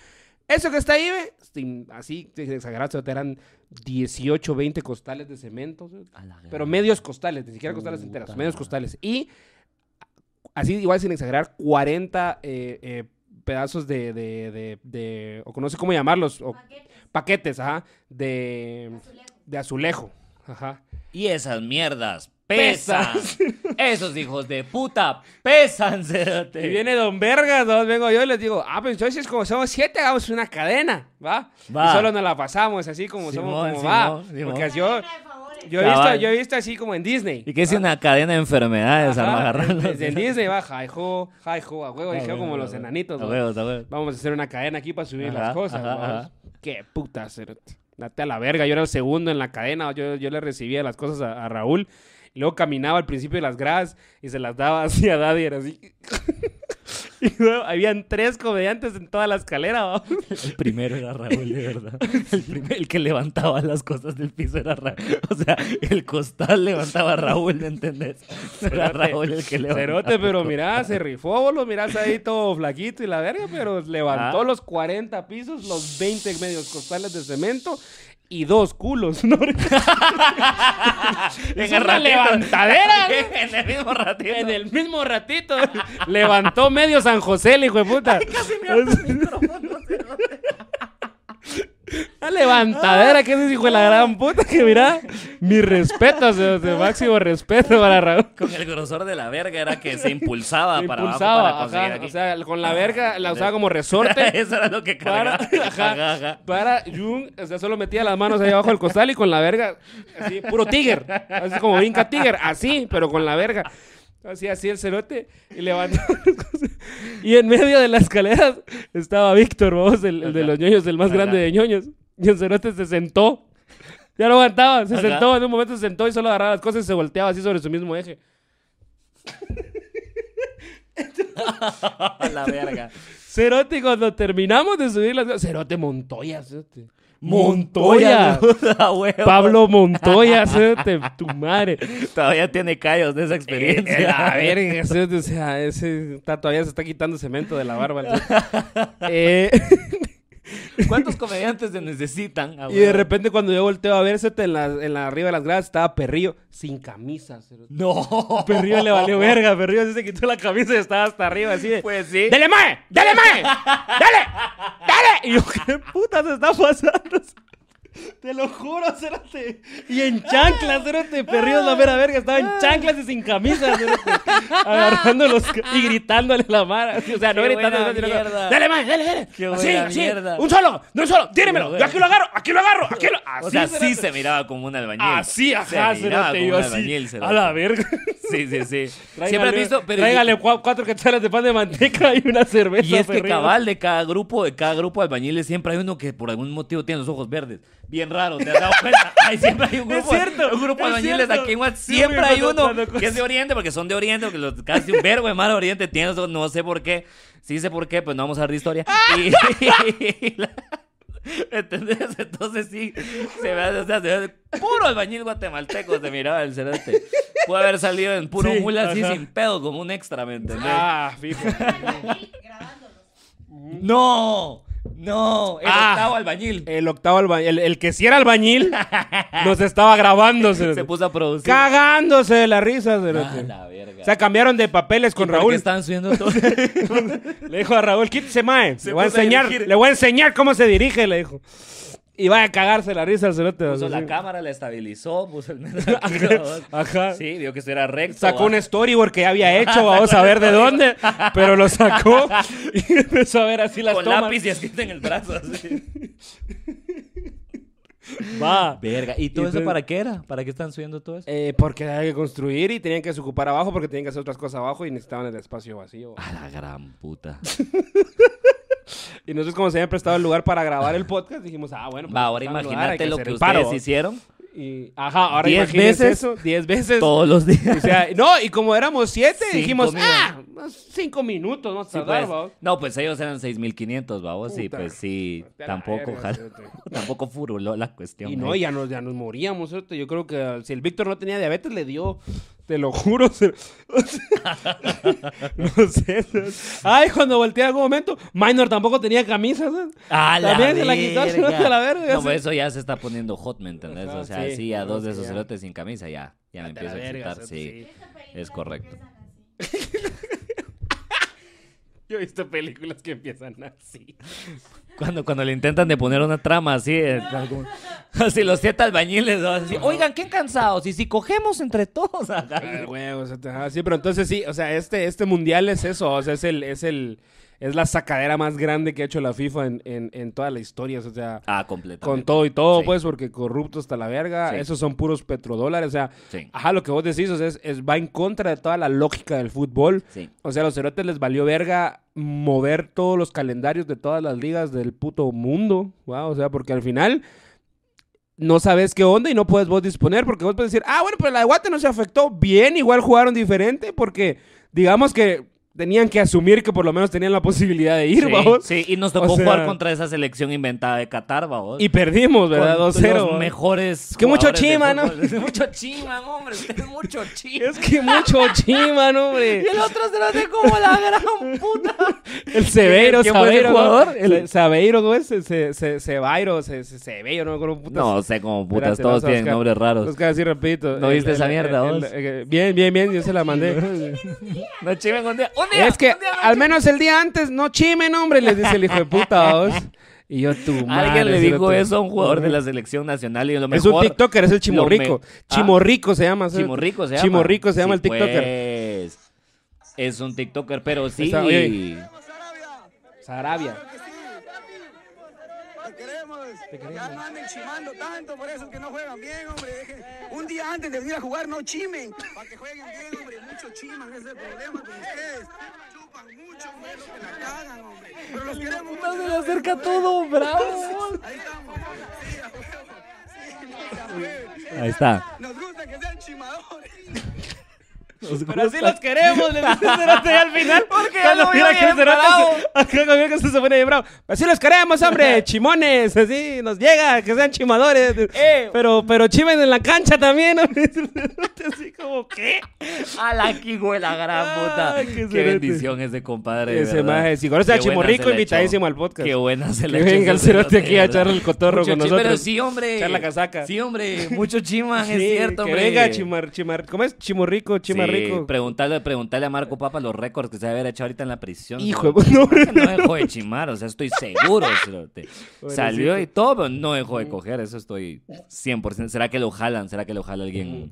A: Eso que está ahí, ve, sin- así, sin exagerar, se eran 18, 20 costales de cemento. ¿sí?
B: A la gran-
A: Pero medios costales, ni siquiera costales
B: Puta
A: enteras, medios
B: madre.
A: costales. Y así, igual sin exagerar, 40 eh, eh, pedazos de, de, de, de- o no sé cómo llamarlos, o
C: paquetes,
A: paquetes, ajá, de,
C: azulejos.
A: de azulejo. Ajá.
B: Y esas mierdas pesan. Esos hijos de puta pesan, cerote.
A: Y viene Don Vergas, ¿no? vengo yo y les digo, ah, pues entonces como somos siete, hagamos una cadena, ¿va?
B: Va.
A: Y solo nos la pasamos así como somos,
B: Simón,
A: como va.
B: Simón, Simón.
A: Porque así
C: Una
A: Pues yo,
C: cadena de favores.
A: yo, he visto,
B: Cabal.
A: yo he visto así como en Disney.
B: ¿Y qué es una cadena de enfermedades,
A: Ah. Ajá,
B: amarrarlos?
A: Desde el Disney va, hi-ho, hi-ho, a huevo,
B: Ah,
A: dije
B: bueno,
A: como
B: a
A: los
B: huevo.
A: enanitos,
B: A
A: ¿no?
B: huevos, a huevos.
A: Vamos a hacer una cadena aquí para subir
B: Ajá,
A: las cosas.
B: ajá,
A: vamos.
B: ajá.
A: Qué puta, cerote. Date a la verga. Yo era el segundo en la cadena. Yo, yo le recibía las cosas a, a Raúl. Y luego caminaba al principio de las gradas y se las daba así a Daddy. Era así. y luego habían tres comediantes en toda la escalera. vamos.
B: El primero era Raúl, de verdad. El, primer- el que levantaba las cosas del piso era Raúl. O sea, el costal levantaba a Raúl, ¿me entendés? No Era Raúl el que levantaba.
A: Cerote, pero mirá, se rifó. Vos lo mirás ahí todo flaquito y la verga. Pero levantó
B: Ah.
A: los 40 pisos, los 20 medios costales de cemento y dos culos. ¿no?
B: En
A: Es
B: el
A: una
B: ratito.
A: levantadera,
B: en el mismo ratito.
A: En el mismo ratito levantó medio San José, el hijo de puta. Una levantadera que ese hijo de la gran puta que mira, mi respeto, o sea, de máximo respeto para Raúl.
B: Con el grosor de la verga era que se impulsaba
A: Me
B: para
A: impulsaba,
B: abajo para conseguir
A: ajá,
B: aquí.
A: o sea, con la verga la usaba como resorte
B: Eso era lo que
A: para,
B: cargaba.
A: ajá,
B: Ajá, ajá.
A: para Jung, o sea, solo metía las manos ahí abajo del costal y con la verga, así, puro tiger, así como vinca tiger, así, pero con la verga. Así, así el cerote y levantaba las cosas. Y en medio de las escaleras estaba Víctor, vamos, el, el de
B: Ajá.
A: los ñoños, el más
B: Ajá.
A: grande de ñoños. Y el cerote se sentó. Ya no aguantaba, se
B: Ajá.
A: sentó, en un momento se sentó y solo agarraba las cosas y se volteaba así sobre su mismo eje.
B: A la verga.
A: Cerote, y cuando terminamos de subir las cosas, Cerote Montoya, cerote.
B: A huevo.
A: Pablo Montoya, cerote, tu madre.
B: Todavía tiene callos de esa experiencia.
A: Eh, la verga, cerote, o sea, ese está- todavía se está quitando cemento de la barba. el cerote. Eh,
B: ¿Cuántos comediantes se necesitan? Ah,
A: Y de
B: huevo.
A: repente cuando yo volteo a verse en la, en la arriba de las gradas estaba Perrillo sin camisa. cerote.
B: No.
A: Perrillo le valió verga, Perrillo así se quitó la camisa y estaba hasta arriba así de...
B: Pues sí.
A: ¡Dele mae! ¡Dele mae! ¡Dale! ¡Dale! Y yo, ¿qué putas está pasando? Te lo juro, Cérate. Y en chanclas, Cérate. Perrillo es la mera verga. Estaba en chanclas y sin camisa, Cérate. Agarrándolos y gritándole a la mara. así, O sea, no
B: Qué
A: gritando.
B: buena
A: sino-
B: mierda.
A: ¡Dale mae! ¡Dale, dale!
B: Qué
A: así,
B: buena
A: así.
B: mierda.
A: Un solo, no un solo. Tírenmelo.
B: Qué
A: Yo aquí lo agarro, aquí lo agarro, aquí lo... Así,
B: O sea, sí
A: Cérate.
B: se miraba como un albañil.
A: Así, ajá,
B: se miraba
A: Cérate.
B: como
A: Yo
B: un
A: así.
B: albañil. se
A: a la verga.
B: Sí, sí, sí. Siempre
A: Tráigale-
B: has visto, pero...
A: Tráigale cua- cuatro quetzales de pan de manteca y una cerveza,
B: Y este es que
A: Perrillo.
B: cabal de cada grupo, de cada grupo de albañiles, siempre hay uno que por algún motivo tiene los ojos verdes. Bien raro, ¿te has dado cuenta? Ay, siempre hay un
A: Es
B: grupo,
A: cierto,
B: un grupo de
A: es
B: albañiles
A: cierto.
B: aquí en Guatemala.
A: Sí,
B: Siempre
A: porque
B: hay
A: cuando-
B: uno
A: cuando-
B: que es de Oriente, porque son de Oriente, porque los, casi un vergo de mal Oriente tienen los ojos, no sé por qué. Sí sé por qué, pues no vamos a dar historia. Y, ¿Entendés? Entonces sí, se ve, o sea, se ve puro albañil guatemalteco, se miraba el cerote. Puede haber salido en puro
A: Sí,
B: mula así
A: ajá.
B: sin pedo, como un extra, ¿me entendés?
A: Ah, fijo.
C: Aquí, grabándolos.
B: No, no, el
A: Ah.
B: octavo albañil.
A: El octavo albañil, el, el que sí era albañil, nos estaba grabándose.
B: Se puso a producir.
A: Cagándose de la risa.
B: Ah,
A: cerote.
B: la verga.
A: O sea, cambiaron de papeles con
B: ¿Y por qué
A: Raúl.
B: estaban subiendo todo?
A: Le dijo a Raúl, quítese, mae.
B: Se
A: Le voy a
B: puso a
A: enseñar,
B: dirigir.
A: le voy a enseñar cómo se dirige, le dijo. Y vaya a cagarse la risa el cerote.
B: puso
A: así.
B: la cámara, la estabilizó, puso el metro aquí, babos.
A: Ajá.
B: Sí, vio que estuviera recto. ah,
A: Sacó
B: va.
A: un storyboard que ya había hecho, vamos a ver de dónde, pero lo sacó y empezó a ver así las
B: con
A: tomas.
B: lápiz y escrito en el brazo. así.
A: Va.
B: Ah, Verga. ¿Y todo eso
A: Entonces-
B: para qué era? ¿Para qué están subiendo todo eso?
A: Eh, porque había que construir y tenían que ocupar abajo porque tenían que hacer otras cosas abajo y necesitaban el espacio vacío.
B: A la gran puta.
A: Y nosotros como se habían prestado el lugar para grabar el podcast, dijimos, ah, bueno. pues,
B: Va, ahora
A: está el lugar, hay
B: imagínate lo
A: hacer
B: que
A: el
B: ustedes
A: paro.
B: hicieron
A: Y, ajá, ahora
B: Diez
A: imagínense
B: veces.
A: eso, diez veces.
B: todos los días.
A: O sea, no, y como éramos siete,
B: Cinco
A: dijimos,
B: minutos.
A: ah, unos cinco minutos, no
B: Sí,
A: tardar,
B: pues.
A: vamos.
B: No, pues ellos eran 6500, babos, y
A: Puta.
B: pues sí,
A: Vete a la
B: tampoco,
A: verga,
B: jal-
A: cerote.
B: tampoco furuló la cuestión. ¿eh?
A: Y
B: ahí.
A: no, ya nos, ya nos moríamos, ¿cierto? Yo creo que ah, si el Víctor no tenía diabetes, le dio. Te lo juro. se- no sé. ¿sabes? Ay, cuando volteé en algún momento, Minor tampoco tenía ¿eh? camisa, ¿sabes?
B: ¡A Ah, la
A: También se la quitó,
B: verga!
A: se la verga, ya
B: No,
A: se-
B: pues eso ya se está poniendo hot, ¿me entendés?
A: Ajá,
B: o sea,
A: sí,
B: sí, a
A: no,
B: dos de
A: sí,
B: esos
A: ya.
B: cerotes sin camisa ya, ya me empiezo a excitar, sí.
C: Esta película
B: Es correcto.
C: Este empiezan así.
A: Yo he visto películas que empiezan así.
B: Cuando, cuando le intentan de poner una trama así, es como- así los siete albañiles, ¿no? Así, oigan, qué cansados, y si cogemos entre todos.
A: Ah, güey, o sea, te- ajá, sí, pero entonces sí, o sea, este, este mundial es eso, o sea, es el, es el, es la sacadera más grande que ha hecho la FIFA en, en, en toda la historia, o sea,
B: ah, completamente.
A: con todo y todo,
B: Sí.
A: pues, porque corrupto hasta la verga,
B: Sí.
A: esos son puros petrodólares, o sea,
B: Sí.
A: ajá, lo que vos decís, o sea, es, es- va en contra de toda la lógica del fútbol,
B: Sí.
A: o sea, a los cerotes les valió verga mover todos los calendarios de todas las ligas del puto mundo, wow, o sea, porque al final no sabes qué onda y no puedes vos disponer, porque vos puedes decir, ah, bueno, pero la de Guate no se afectó bien, igual jugaron diferente, porque digamos que tenían que asumir que por lo menos tenían la posibilidad de ir,
B: Sí,
A: vamos,
B: sí, y nos
A: O
B: tocó
A: sea-
B: jugar contra esa selección inventada de Qatar, babos.
A: y perdimos, ¿verdad?
B: con
A: 2-0.
B: Los
A: ¿va?
B: mejores.
A: que mucho
B: jugadores de
A: chima, ¿no?
B: fútbol. mucho chima, hombre. Usted es mucho chima.
A: Es que mucho chima, no, hombre.
B: el otro se lo hace como la gran puta.
A: El Cebeiro,
B: ¿Quién fue ese
A: Sabeiro. ¿no?
B: jugador? El-
A: Se- Sabeiro, ¿no es? Se- se- se- Cebairo, se- se- Cebeiro, no me acuerdo. putas.
B: No sé cómo putas,
A: Espérate,
B: todos
A: vamos a
B: tienen
A: buscar-
B: nombres raros.
A: Buscar así repito.
B: ¿No viste esa mierda, vos?
A: eh, bien, bien, bien, yo se la mandé.
B: No chimen un día. ¡Un día!
A: Es que
B: un día,
A: al menos el día antes, no chimen, hombre, les dice el hijo de puta, vos. Y yo, tu madre.
B: Alguien le
A: si no
B: dijo
A: te-
B: eso a un jugador de la selección nacional y lo
A: Es
B: mejor.
A: un TikToker, es el Chimorrico.
B: lo me- Ah.
A: Chimorrico se llama. ¿sabes?
B: Chimorrico se llama.
A: Chimorrico se llama
B: Sí,
A: el TikToker.
B: pues, es un TikToker, pero sí.
A: Está- oye. Sarabia.
D: Te queremos. Ya no anden chimando tanto por eso que no juegan bien, hombre. Dejen- Un día antes de venir a jugar no chimen. Para que jueguen bien, hombre. Muchos chiman, ese es el problema con ustedes. Chupan mucho, hombre, lo que la cagan, hombre. Pero los queremos mucho.
B: Se le acerca todo, bravo.
D: Ahí estamos. Sí, a huevo. Sí, no se apruebe.
B: Ahí está.
D: Nos gusta que sean chimadores.
A: Pero así los queremos, le dice Cerote al final. Porque cuando mira que el Cerote se, cuando mira que se pone bien bravo. Así los queremos, hombre, chimones, así nos llega, que sean chimadores. Pero, pero chimen en la cancha también. hombre, dice el Cerote, así como, ¿qué?
B: A la quijo de la gran puta.
A: Ay, Ah, qué
B: qué
A: cerote.
B: bendición ese compadre. de
A: Ese
B: verdad.
A: maje, si conoce a
B: Qué buena
A: Chimorrico,
B: se la
A: invitadísimo
B: echó.
A: al podcast.
B: Qué buena se la
A: Que
B: echó
A: venga el
B: ese
A: cerote aquí a
B: verdad.
A: echar el cotorro
B: Mucho
A: con
B: chi-
A: nosotros.
B: Pero sí, hombre.
A: Echar la casaca.
B: Sí, hombre. Mucho chiman,
A: Sí,
B: es cierto,
A: que
B: hombre.
A: venga Chimar, Chimar, ¿cómo es? Chimorrico,
B: Sí,
A: Chimarrico.
B: Preguntarle, preguntarle a Marco Papa los récords que se debe haber hecho ahorita en la prisión.
A: Hijo
B: cerote.
A: de- no,
B: Creo que no dejó de chimar, o sea, estoy seguro. cerote. Salió y
A: Pobrecito.
B: todo, pero no dejó de coger, eso estoy 100%. ¿Será que lo jalan? ¿Será que lo jala alguien,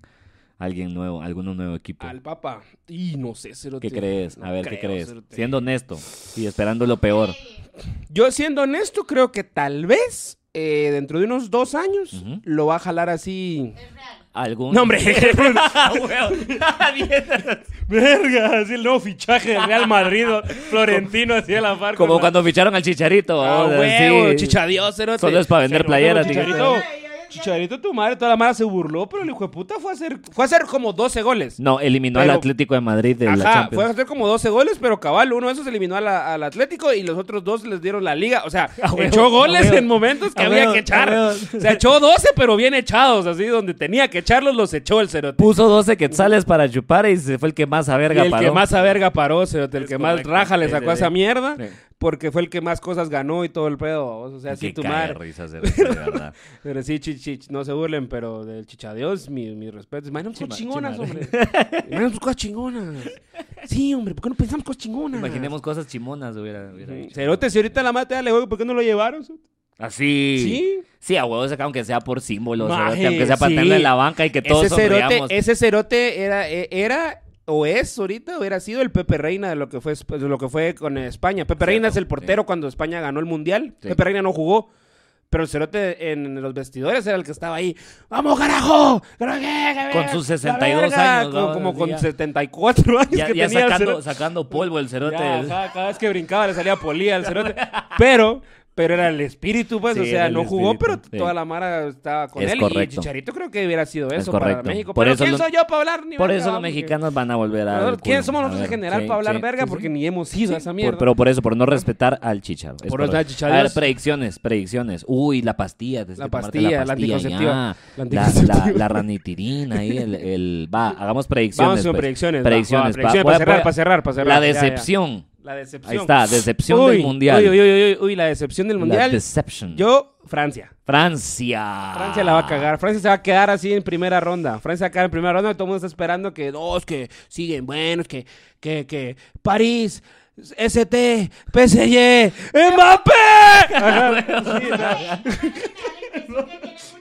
B: alguien nuevo, algún nuevo equipo?
A: Al papa. Y no sé, Cerote.
B: ¿Qué crees? A
A: No
B: ver, ¿qué
A: creo,
B: crees?
A: Cerote.
B: Siendo honesto y esperando lo peor.
A: Yo siendo honesto, creo que tal vez eh, dentro de unos dos años
B: Ujú.
A: lo va a jalar así.
C: Es real.
B: ¿Algún...
A: No, hombre.
B: Ah, weón.
A: Verga, así el nuevo fichaje del Real Madrid, Florentino, así a la par. con
B: Como
A: la-
B: cuando ficharon al Chicharito.
A: Ah,
B: o sea,
A: huevo,
B: sí.
A: chichadiós, cerote.
B: Solo es para vender
A: Se reunieron
B: playeras,
A: Chicharito,
C: dijiste. Ay, ay, ay.
A: Chicharito, tu madre, toda la mara se burló, pero el hijo de puta fue a hacer, fue a hacer como 12 goles.
B: No, eliminó al
A: Pero-
B: Atlético de Madrid de la
A: Ajá, fue a
B: Champions.
A: hacer como 12 goles, pero cabal, uno de esos eliminó a la- al Atlético y los otros dos les dieron la liga. O sea,
B: A huevo,
A: echó
B: a
A: goles
B: huevo,
A: en momentos que
B: a
A: había
B: huevo,
A: que echar.
B: a huevo.
A: O sea, echó 12, pero bien echados, así donde tenía que echarlos, los echó el cerote.
B: Puso 12 quetzales para chupar y se fue el que más a
A: Y
B: verga
A: el que
B: paró.
A: más a verga paró, cerote, el
B: Es
A: que más
B: correcto,
A: raja le
B: sí,
A: sacó
B: sí,
A: a esa
B: sí.
A: mierda,
B: Sí.
A: porque fue el que más cosas ganó y todo el pedo. babos. O sea, sí,
B: Qué
A: tu
B: caga de
A: madre.
B: risa, se ríe, de verdad.
A: Pero sí, chi- chi- no se burlen, pero del chichadeos, mi, mi respeto. Imagínate cosas
B: Chima-
A: chingonas, hombre. Imagínate cosas chingonas. Sí, hombre, ¿por qué no pensamos cosas chingonas?
B: Imaginemos cosas chimonas hubiera, hubiera dicho.
A: Cerote, si ahorita la mata le juego, ¿por qué no lo llevaron?
B: Así.
A: Sí.
B: Sí, a huevos, saca, aunque sea por símbolos,
A: Maje,
B: cerote, aunque sea para
A: sí.
B: tenerlo en la banca y que todos
A: Ese cerote,
B: sonriamos.
A: ese cerote era, e- era o es ahorita, o era sido el Pepe Reina de lo que fue, Esp- de lo que fue con España. Pepe Reina es el portero cuando España ganó el Mundial.
B: Sí.
A: Pepe Reina no jugó. Pero el cerote en los vestidores era el que estaba ahí. ¡Vamos, carajo!
B: Con sus 62 años,
A: Como,
B: ¿no?
A: como
B: Ya-
A: con 74 años
B: Ya,
A: que tenía
B: ya
A: el
B: sacando,
A: cerote.
B: sacando polvo el cerote.
A: Ya, ajá, cada vez que brincaba le salía polía al cerote. Pero, pero era el espíritu, pues.
B: Sí,
A: o
B: era
A: sea,
B: el
A: no jugó,
B: espíritu,
A: pero
B: sí.
A: toda la mara estaba con
B: Es
A: él.
B: correcto.
A: Y Chicharito creo que hubiera sido
B: Es
A: eso para
B: correcto.
A: México.
B: Por
A: pero
B: eso
A: ¿quién
B: lo-
A: soy yo para hablar? Ni
B: Por
A: verga,
B: eso los
A: porque-
B: mexicanos van a volver a.
A: Nosotros-
B: dar
A: ¿Quiénes
B: culo.
A: somos nosotros
B: A
A: en
B: ver,
A: general
B: sí,
A: para hablar
B: sí,
A: verga?
B: sí, sí.
A: Porque ni hemos ido a esa mierda.
B: Por- pero por eso, por no respetar al chicharo. Es
A: Por eso,
B: correcto.
A: al chicharo.
B: A ver, predicciones, predicciones. Uy, la pastilla. tienes
A: La
B: que tomarte
A: pastilla, la anticonceptiva.
B: ya.
A: La
B: La,
A: anticonceptiva.
B: la- la ranitirina ahí, el, el- Va, hagamos predicciones.
A: Vamos con
B: pues.
A: predicciones, va,
B: Predicciones.
A: va, predicciones,
B: voy a-
A: para cerrar,
B: voy a-
A: para cerrar, para cerrar,
B: La
A: ya, ya.
B: decepción.
A: La decepción.
B: Ahí está, decepción
A: Uy,
B: del mundial.
A: Uy, uy, uy, uy, uy, la decepción del
B: La
A: mundial.
B: deception.
A: Yo, Francia.
B: Francia.
A: Francia la va a cagar. Francia se va a quedar así en primera ronda. Francia va a quedar en primera ronda. Todo el mundo está esperando que dos que siguen buenos, que, que, que París, ST, PSG, Mbappé. Ajá, sí,
C: Ay, pero es que me da la impresión que tienen muchos huecos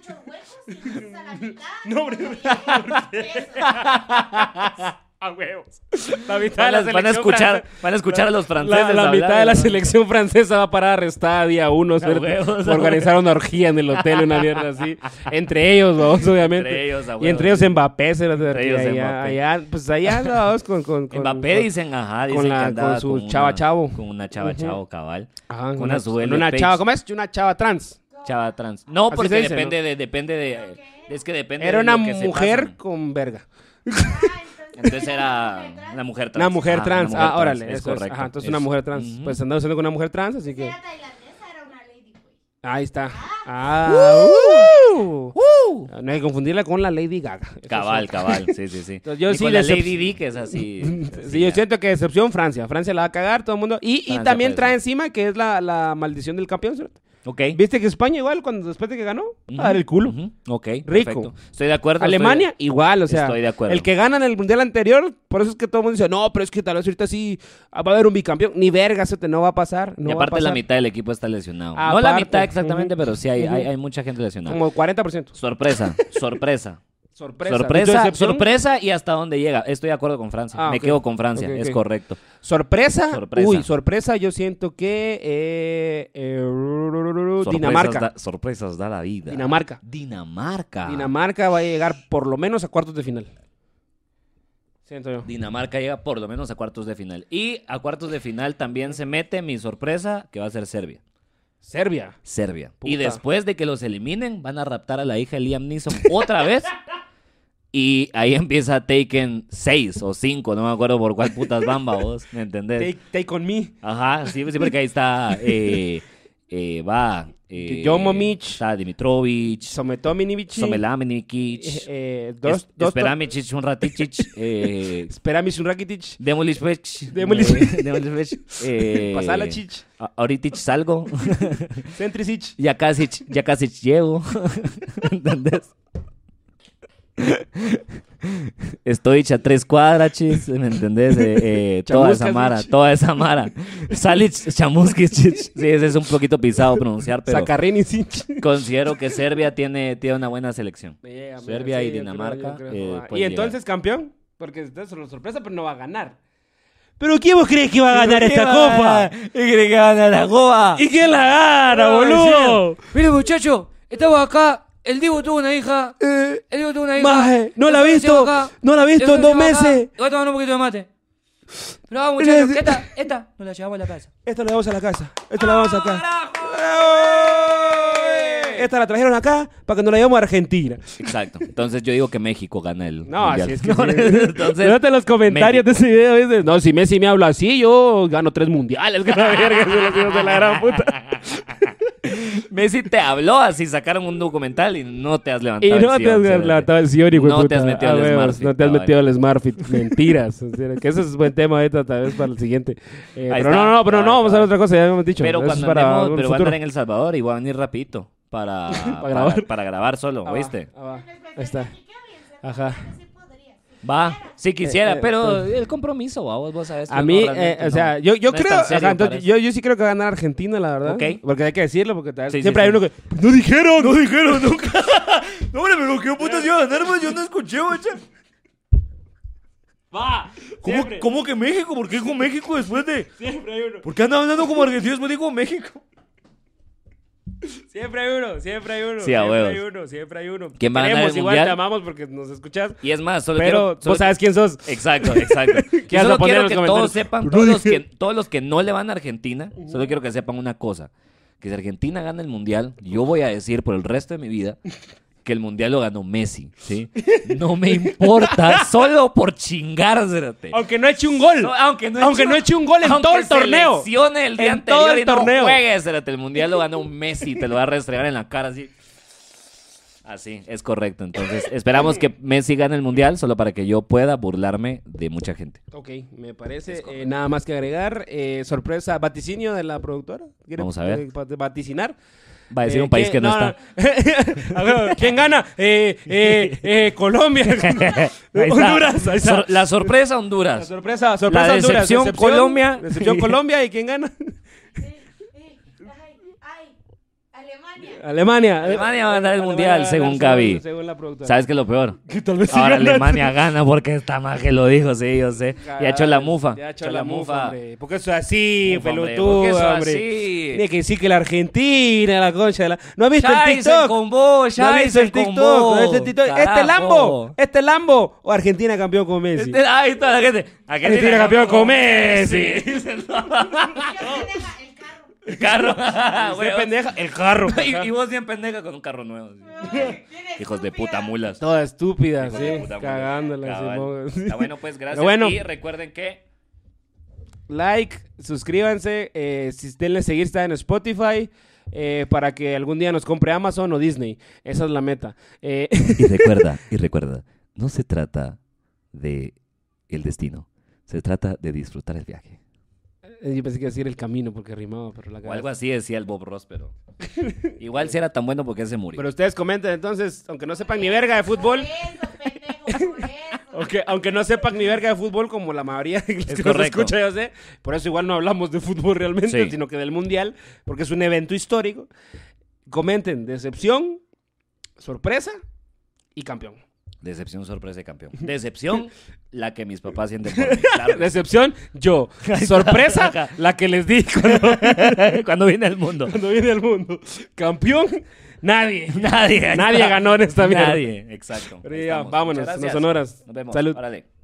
C: y entonces a la mitad. No, hombre. Ah,
A: a huevos. La mitad de
B: Van
A: la
B: a, van a
A: selección
B: escuchar,
A: francesa-
B: van a escuchar a los franceses.
A: La, la mitad de
B: hablar,
A: la
B: ¿no?
A: selección francesa va a parar arrestada día uno. ¿cierto?
B: huevos,
A: Por
B: a
A: organizar una orgía en el hotel, una mierda así. Entre ellos, vamos, obviamente.
B: Entre ellos,
A: y
B: a huevos,
A: entre ellos Mbappé, ¿cierto?
B: Entre ellos
A: allá,
B: Mbappé.
A: allá, pues allá vamos con, con, con-
B: Mbappé
A: con-
B: dicen, ajá,
A: con
B: dicen
A: la-
B: que andaba
A: con su
B: una-
A: chava chavo.
B: Con una chava
A: Ujú.
B: chavo, cabal.
A: Ajá,
B: con
A: Ah, una,
B: una sube
A: con una
B: LPX.
A: chava, ¿cómo es? Una chava trans.
B: Chava trans. No,
A: Así
B: porque
A: se dice,
B: depende de, depende de, es que depende
A: Era
B: de lo
A: una
B: que se
A: mujer
B: pasen.
A: con verga.
B: Entonces era una mujer trans.
A: Una mujer
B: Ajá,
A: trans.
B: una mujer
A: ah, órale.
B: trans, es
A: eso es.
B: correcto.
A: Ajá, entonces
B: Es-
A: una mujer trans.
B: Ujú.
A: Pues andaba usando con una mujer trans, así que.
C: Era tailandesa, era una lady, güey.
A: Ahí está. Ah, uh, No hay que confundirla con la Lady Gaga. Eso es
B: cabal,
A: otra.
B: cabal. Sí, sí, sí.
A: Entonces, yo
B: Ni
A: sí
B: con la
A: decep-
B: Lady Di, que es así.
A: Sí, yo siento que decepción Francia. Francia la va a cagar todo el mundo. Y, y
B: Francia,
A: también
B: pues.
A: trae encima que es la, la maldición del campeón. cerote.
B: Ok.
A: ¿Viste que España igual cuando después de que ganó? A dar el culo.
B: Ujú, Ok. Rico.
A: Rico.
B: Estoy de acuerdo. estoy de-
A: Alemania igual, o sea,
B: estoy de acuerdo.
A: el que gana en el mundial anterior, por eso es que todo el mundo dice, no, pero es que tal vez ahorita sí va a haber un bicampeón. Ni verga, cerote, no va a pasar. No
B: y
A: va a
B: aparte la
A: pasar.
B: mitad del equipo está lesionado. no la
A: Aparte,
B: mitad exactamente,
A: ujú,
B: pero sí hay, hay,
A: ujú.
B: hay mucha gente lesionada.
A: Como 40%.
B: Sorpresa, sorpresa.
A: Sorpresa.
B: Sorpresa,
A: Decepción.
B: sorpresa y hasta dónde llega. Estoy de acuerdo con Francia.
A: Ah,
B: Me
A: ok.
B: quedo con Francia,
A: Ok,
B: es
A: ok.
B: correcto.
A: Sorpresa.
B: Sorpresa.
A: Uy, sorpresa. Yo siento que eh, eh,
B: Sorpresas
A: Dinamarca.
B: da- Ah. sorpresas da la vida.
A: Dinamarca.
B: Dinamarca.
A: Dinamarca va a llegar por lo menos a cuartos de final. Siento yo.
B: Dinamarca llega por lo menos a cuartos de final. Y a cuartos de final también se mete mi sorpresa, que va a ser Serbia.
A: Serbia.
B: Serbia.
A: Puta.
B: Y después de que los eliminen, van a raptar a la hija de Liam Neeson otra vez. Y ahí empieza Taken 6 o 5, no me acuerdo por cuál putas bamba vos, ¿me entendés?
A: Take, take on me.
B: Ajá, sí, sí, porque ahí está, eh, eh, va... Eh,
A: Jomomic.
B: Está Dimitrovich,
A: Sometominivichi.
B: Somelaminikic,
A: Eh, dos,
B: es,
A: dos,
B: Esperamichich, un ratichich, eh,
A: Esperame un rakitic.
B: Demolishvech.
A: Demolish-
B: eh, Demolishvech, eh,
A: Pasala, chich.
B: a- Ahoritich salgo,
A: Centrisic.
B: ya casi, ya casi llego, ¿entendés? Estoy a tres cuadras, chis, ¿me entendés? Eh, eh, toda esa
A: Chamuscas,
B: mara,
A: chis.
B: toda esa mara. Salich, chamusquis, chis. Sí, ese es un poquito pisado pronunciar, pero
A: Sacarrini, cinch.
B: considero que Serbia tiene, tiene una buena selección.
A: Yeah,
B: Serbia
A: sí,
B: y
A: yo creo,
B: Dinamarca,
A: yo creo.
B: eh,
A: Ah, y
B: pueden
A: entonces campeón, porque esto es una sorpresa, pero no va a ganar. ¿Pero quién vos crees que va a ganar
B: ¿Quién
A: esta
B: va a
A: copa?
B: ganar? ¿Y cree que gana la copa?
A: ¿Y quién la gana, boludo?
E: Mire, muchacho, estamos acá. El Divo tuvo una hija. El Divo tuvo una hija.
A: Eh, Maje, no
E: Yo
A: la ha
E: estoy
A: visto.
E: acá.
A: No la ha visto
E: Yo
A: en dos
E: estoy acá.
A: meses.
E: Voy a tomar un poquito de mate. No, muchachos, que esta, esta nos la llevamos a la casa.
A: Esta la vamos a la casa. Esta la vamos acá. Esta la trajeron acá para que nos la llevemos a Argentina.
B: Exacto. Entonces yo digo que México gana el
A: No,
B: mundial.
A: así es que.
B: No,
A: Entonces,
B: entonces,
A: en los comentarios de ese video dices, no, si Messi me habla así, yo gano tres mundiales. Que la verga, son los hijos de la gran puta.
B: Messi te habló así, sacaron un documental y no te has
A: Y
B: levantado. el
A: no te
B: sillón,
A: has
B: cerote.
A: levantado el sillón, hijo de
B: No te
A: puta.
B: has metido
A: Ah,
B: al
A: huevos,
B: Smartfit,
A: No te has
B: cabal.
A: mentido al Smartfit. Mentiras. O sea, que ese es buen tema ahorita, tal vez para el siguiente. Eh,
B: Ahí
A: pero
B: está.
A: no, no, pero no,
B: Cabal,
A: vamos a ver
B: cabal.
A: otra cosa, ya hemos dicho.
B: Pero
A: Eso es
B: cuando
A: para
B: andemos,
A: un
B: pero va a
A: futuro.
B: andar en El Salvador y va a venir rapidito para, para,
A: grabar.
B: para grabar solo,
A: Ah, va,
B: ¿oíste?
A: ah, va.
C: Respecto
A: Ahí
C: a
A: está.
C: Enrique Avienza,
A: Ajá.
C: claro, sí podría.
B: Va, si quisiera,
A: Eh, eh,
B: pero
A: entonces-
B: el compromiso, va, vos, vos sabes. que
A: A
B: no,
A: mí, eh,
B: realmente
A: o sea,
B: no-
A: yo, yo
B: no es
A: creo,
B: tan serio
A: ajá, entonces,
B: para eso.
A: yo, yo sí creo que va a ganar Argentina, la verdad.
B: Ok.
A: Porque hay que decirlo, porque tal vez-
B: Sí, sí,
A: siempre hay
B: sí.
A: uno que, no dijeron, no dijeron, nunca.
B: No, hombre, pero qué putas iba a ganar, pues yo no escuché, bocha.
A: Va,
B: ¿Cómo,
A: siempre,
B: ¿Cómo que México? ¿Por qué con México después de.?
A: siempre hay uno,
B: ¿Por qué andan hablando como argentinos después de como México?
A: siempre hay uno, siempre hay uno,
B: Sí, a
A: siempre
B: huevos.
A: hay uno, siempre hay uno.
B: ¿Quién va a ganar el
A: Queremos, igual
B: Mundial?
A: te amamos porque nos escuchas,
B: Y es más, solo quiero- Eh,
A: pero
B: solo
A: vos sabes quién sos.
B: Exacto, exacto.
A: ¿Qué
B: Yo
A: vas a
B: solo
A: poner en
B: quiero
A: los
B: que todos
A: comentarios?
B: sepan,
A: No
B: todos los, que,
A: dije.
B: todos los que no le van a Argentina, solo quiero que sepan una cosa. Que si Argentina gana el Mundial, yo voy a decir por el resto de mi vida que el Mundial lo ganó Messi, ¿sí? No me importa, solo por chingárselo.
A: Aunque no eche un gol.
B: No, aunque no,
A: Aunque no eche un gol en
B: aunque
A: todo el
B: se
A: torneo.
B: lesione el día
A: En
B: anterior
A: todo el
B: y no
A: torneo.
B: juegues, espérate, el mundial lo ganó Messi, te lo va a restregar en la cara así. Así, es correcto. Entonces, esperamos que Messi gane el mundial solo para que yo pueda burlarme de mucha gente.
A: Ok, me parece. eh, nada más que agregar. eh, sorpresa, vaticinio de la productora. ¿Quiere,
B: Vamos a ver.
A: eh, pat- vaticinar.
B: Va a decir
A: Eh,
B: un país
A: ¿quién-
B: que no, está.
A: no. A ver, ¿Quién gana? Eh, eh, eh, Colombia.
B: Ahí está.
A: Honduras. Ahí está.
B: Sor- la sorpresa Honduras.
A: La sorpresa, sorpresa
B: La
A: Honduras.
B: decepción, Colombia.
A: Decepción Colombia. ¿Y quién gana?
C: Sí, sí, ay, ay, Alemania.
A: Alemania.
B: Alemania va a ganar el
A: Alemania
B: Mundial,
A: va a ganar,
B: según
A: según-
B: Gaby.
A: Según la productora.
B: ¿Sabes qué es lo peor?
A: Que tal vez sí
B: Ahora
A: gana.
B: Alemania gana porque esta magia lo dijo, sí, yo sé. Y ha hecho la mufa.
A: Ya ha hecho la mufa. hombre. Porque eso es así,
B: Mufa, hombre,
A: pelotudo,
B: porque eso es
A: hombre.
B: así.
A: Tiene que decir que la Argentina, la concha de la. ¿No has visto el
B: Jason
A: TikTok?
B: con vos,
A: ¿No has visto
B: Jason
A: el
B: con
A: TikTok?
B: vos.
A: ¿No has visto el TikTok?
B: Carajo.
A: ¿Este Lambo? ¿Este Lambo? ¿O Argentina campeón con Messi?
B: Este- Ahí está la gente.
A: Argentina campeón con Messi.
C: Argentina, el carro.
B: El carro.
A: Usted
B: Huevos.
A: pendeja, el carro.
B: Y, y vos bien pendeja con un carro nuevo. Hijos de puta mulas.
A: Toda estúpida,
B: Hijos
A: sí.
B: de puta mulas.
A: Cagándola.
B: Cabal.
A: Simón.
B: Está bueno, pues gracias.
A: Pero bueno.
B: Y recuerden que.
A: like, suscríbanse, eh, si denle seguir está en Spotify eh, para que algún día nos compre Amazon o Disney. Esa es la meta. Eh,
B: Y recuerda, y recuerda, no se trata de el destino. Se trata de disfrutar el viaje.
A: yo pensé que iba a decir el camino porque rimaba, pero la
B: O algo
A: cagaste.
B: así decía el Bob Ross, pero. Igual si era tan bueno porque se murió.
A: Pero ustedes comenten entonces, aunque no sepan ni verga de fútbol, aunque, aunque no sepan ni verga de fútbol como la mayoría de los que nos
B: correcto.
A: escucha, yo sé, por eso igual no hablamos de fútbol realmente,
B: Sí.
A: sino que del mundial, porque es un evento histórico. Comenten, decepción, sorpresa y campeón.
B: Decepción, sorpresa y campeón. Decepción, la que mis papás sienten por mí. Claro que
A: Decepción, yo. Sorpresa, la que les di cuando,
B: sí. Cuando viene el mundo.
A: cuando vine al mundo. Campeón, nadie.
B: Nadie.
A: Nadie ganó en esta mierda.
B: Nadie, exacto.
A: Pero
B: Ahí
A: ya,
B: estamos.
A: vámonos,
B: Muchas
A: nos
B: gracias.
A: honoras.
B: Nos vemos.
A: Salud.
B: Órale.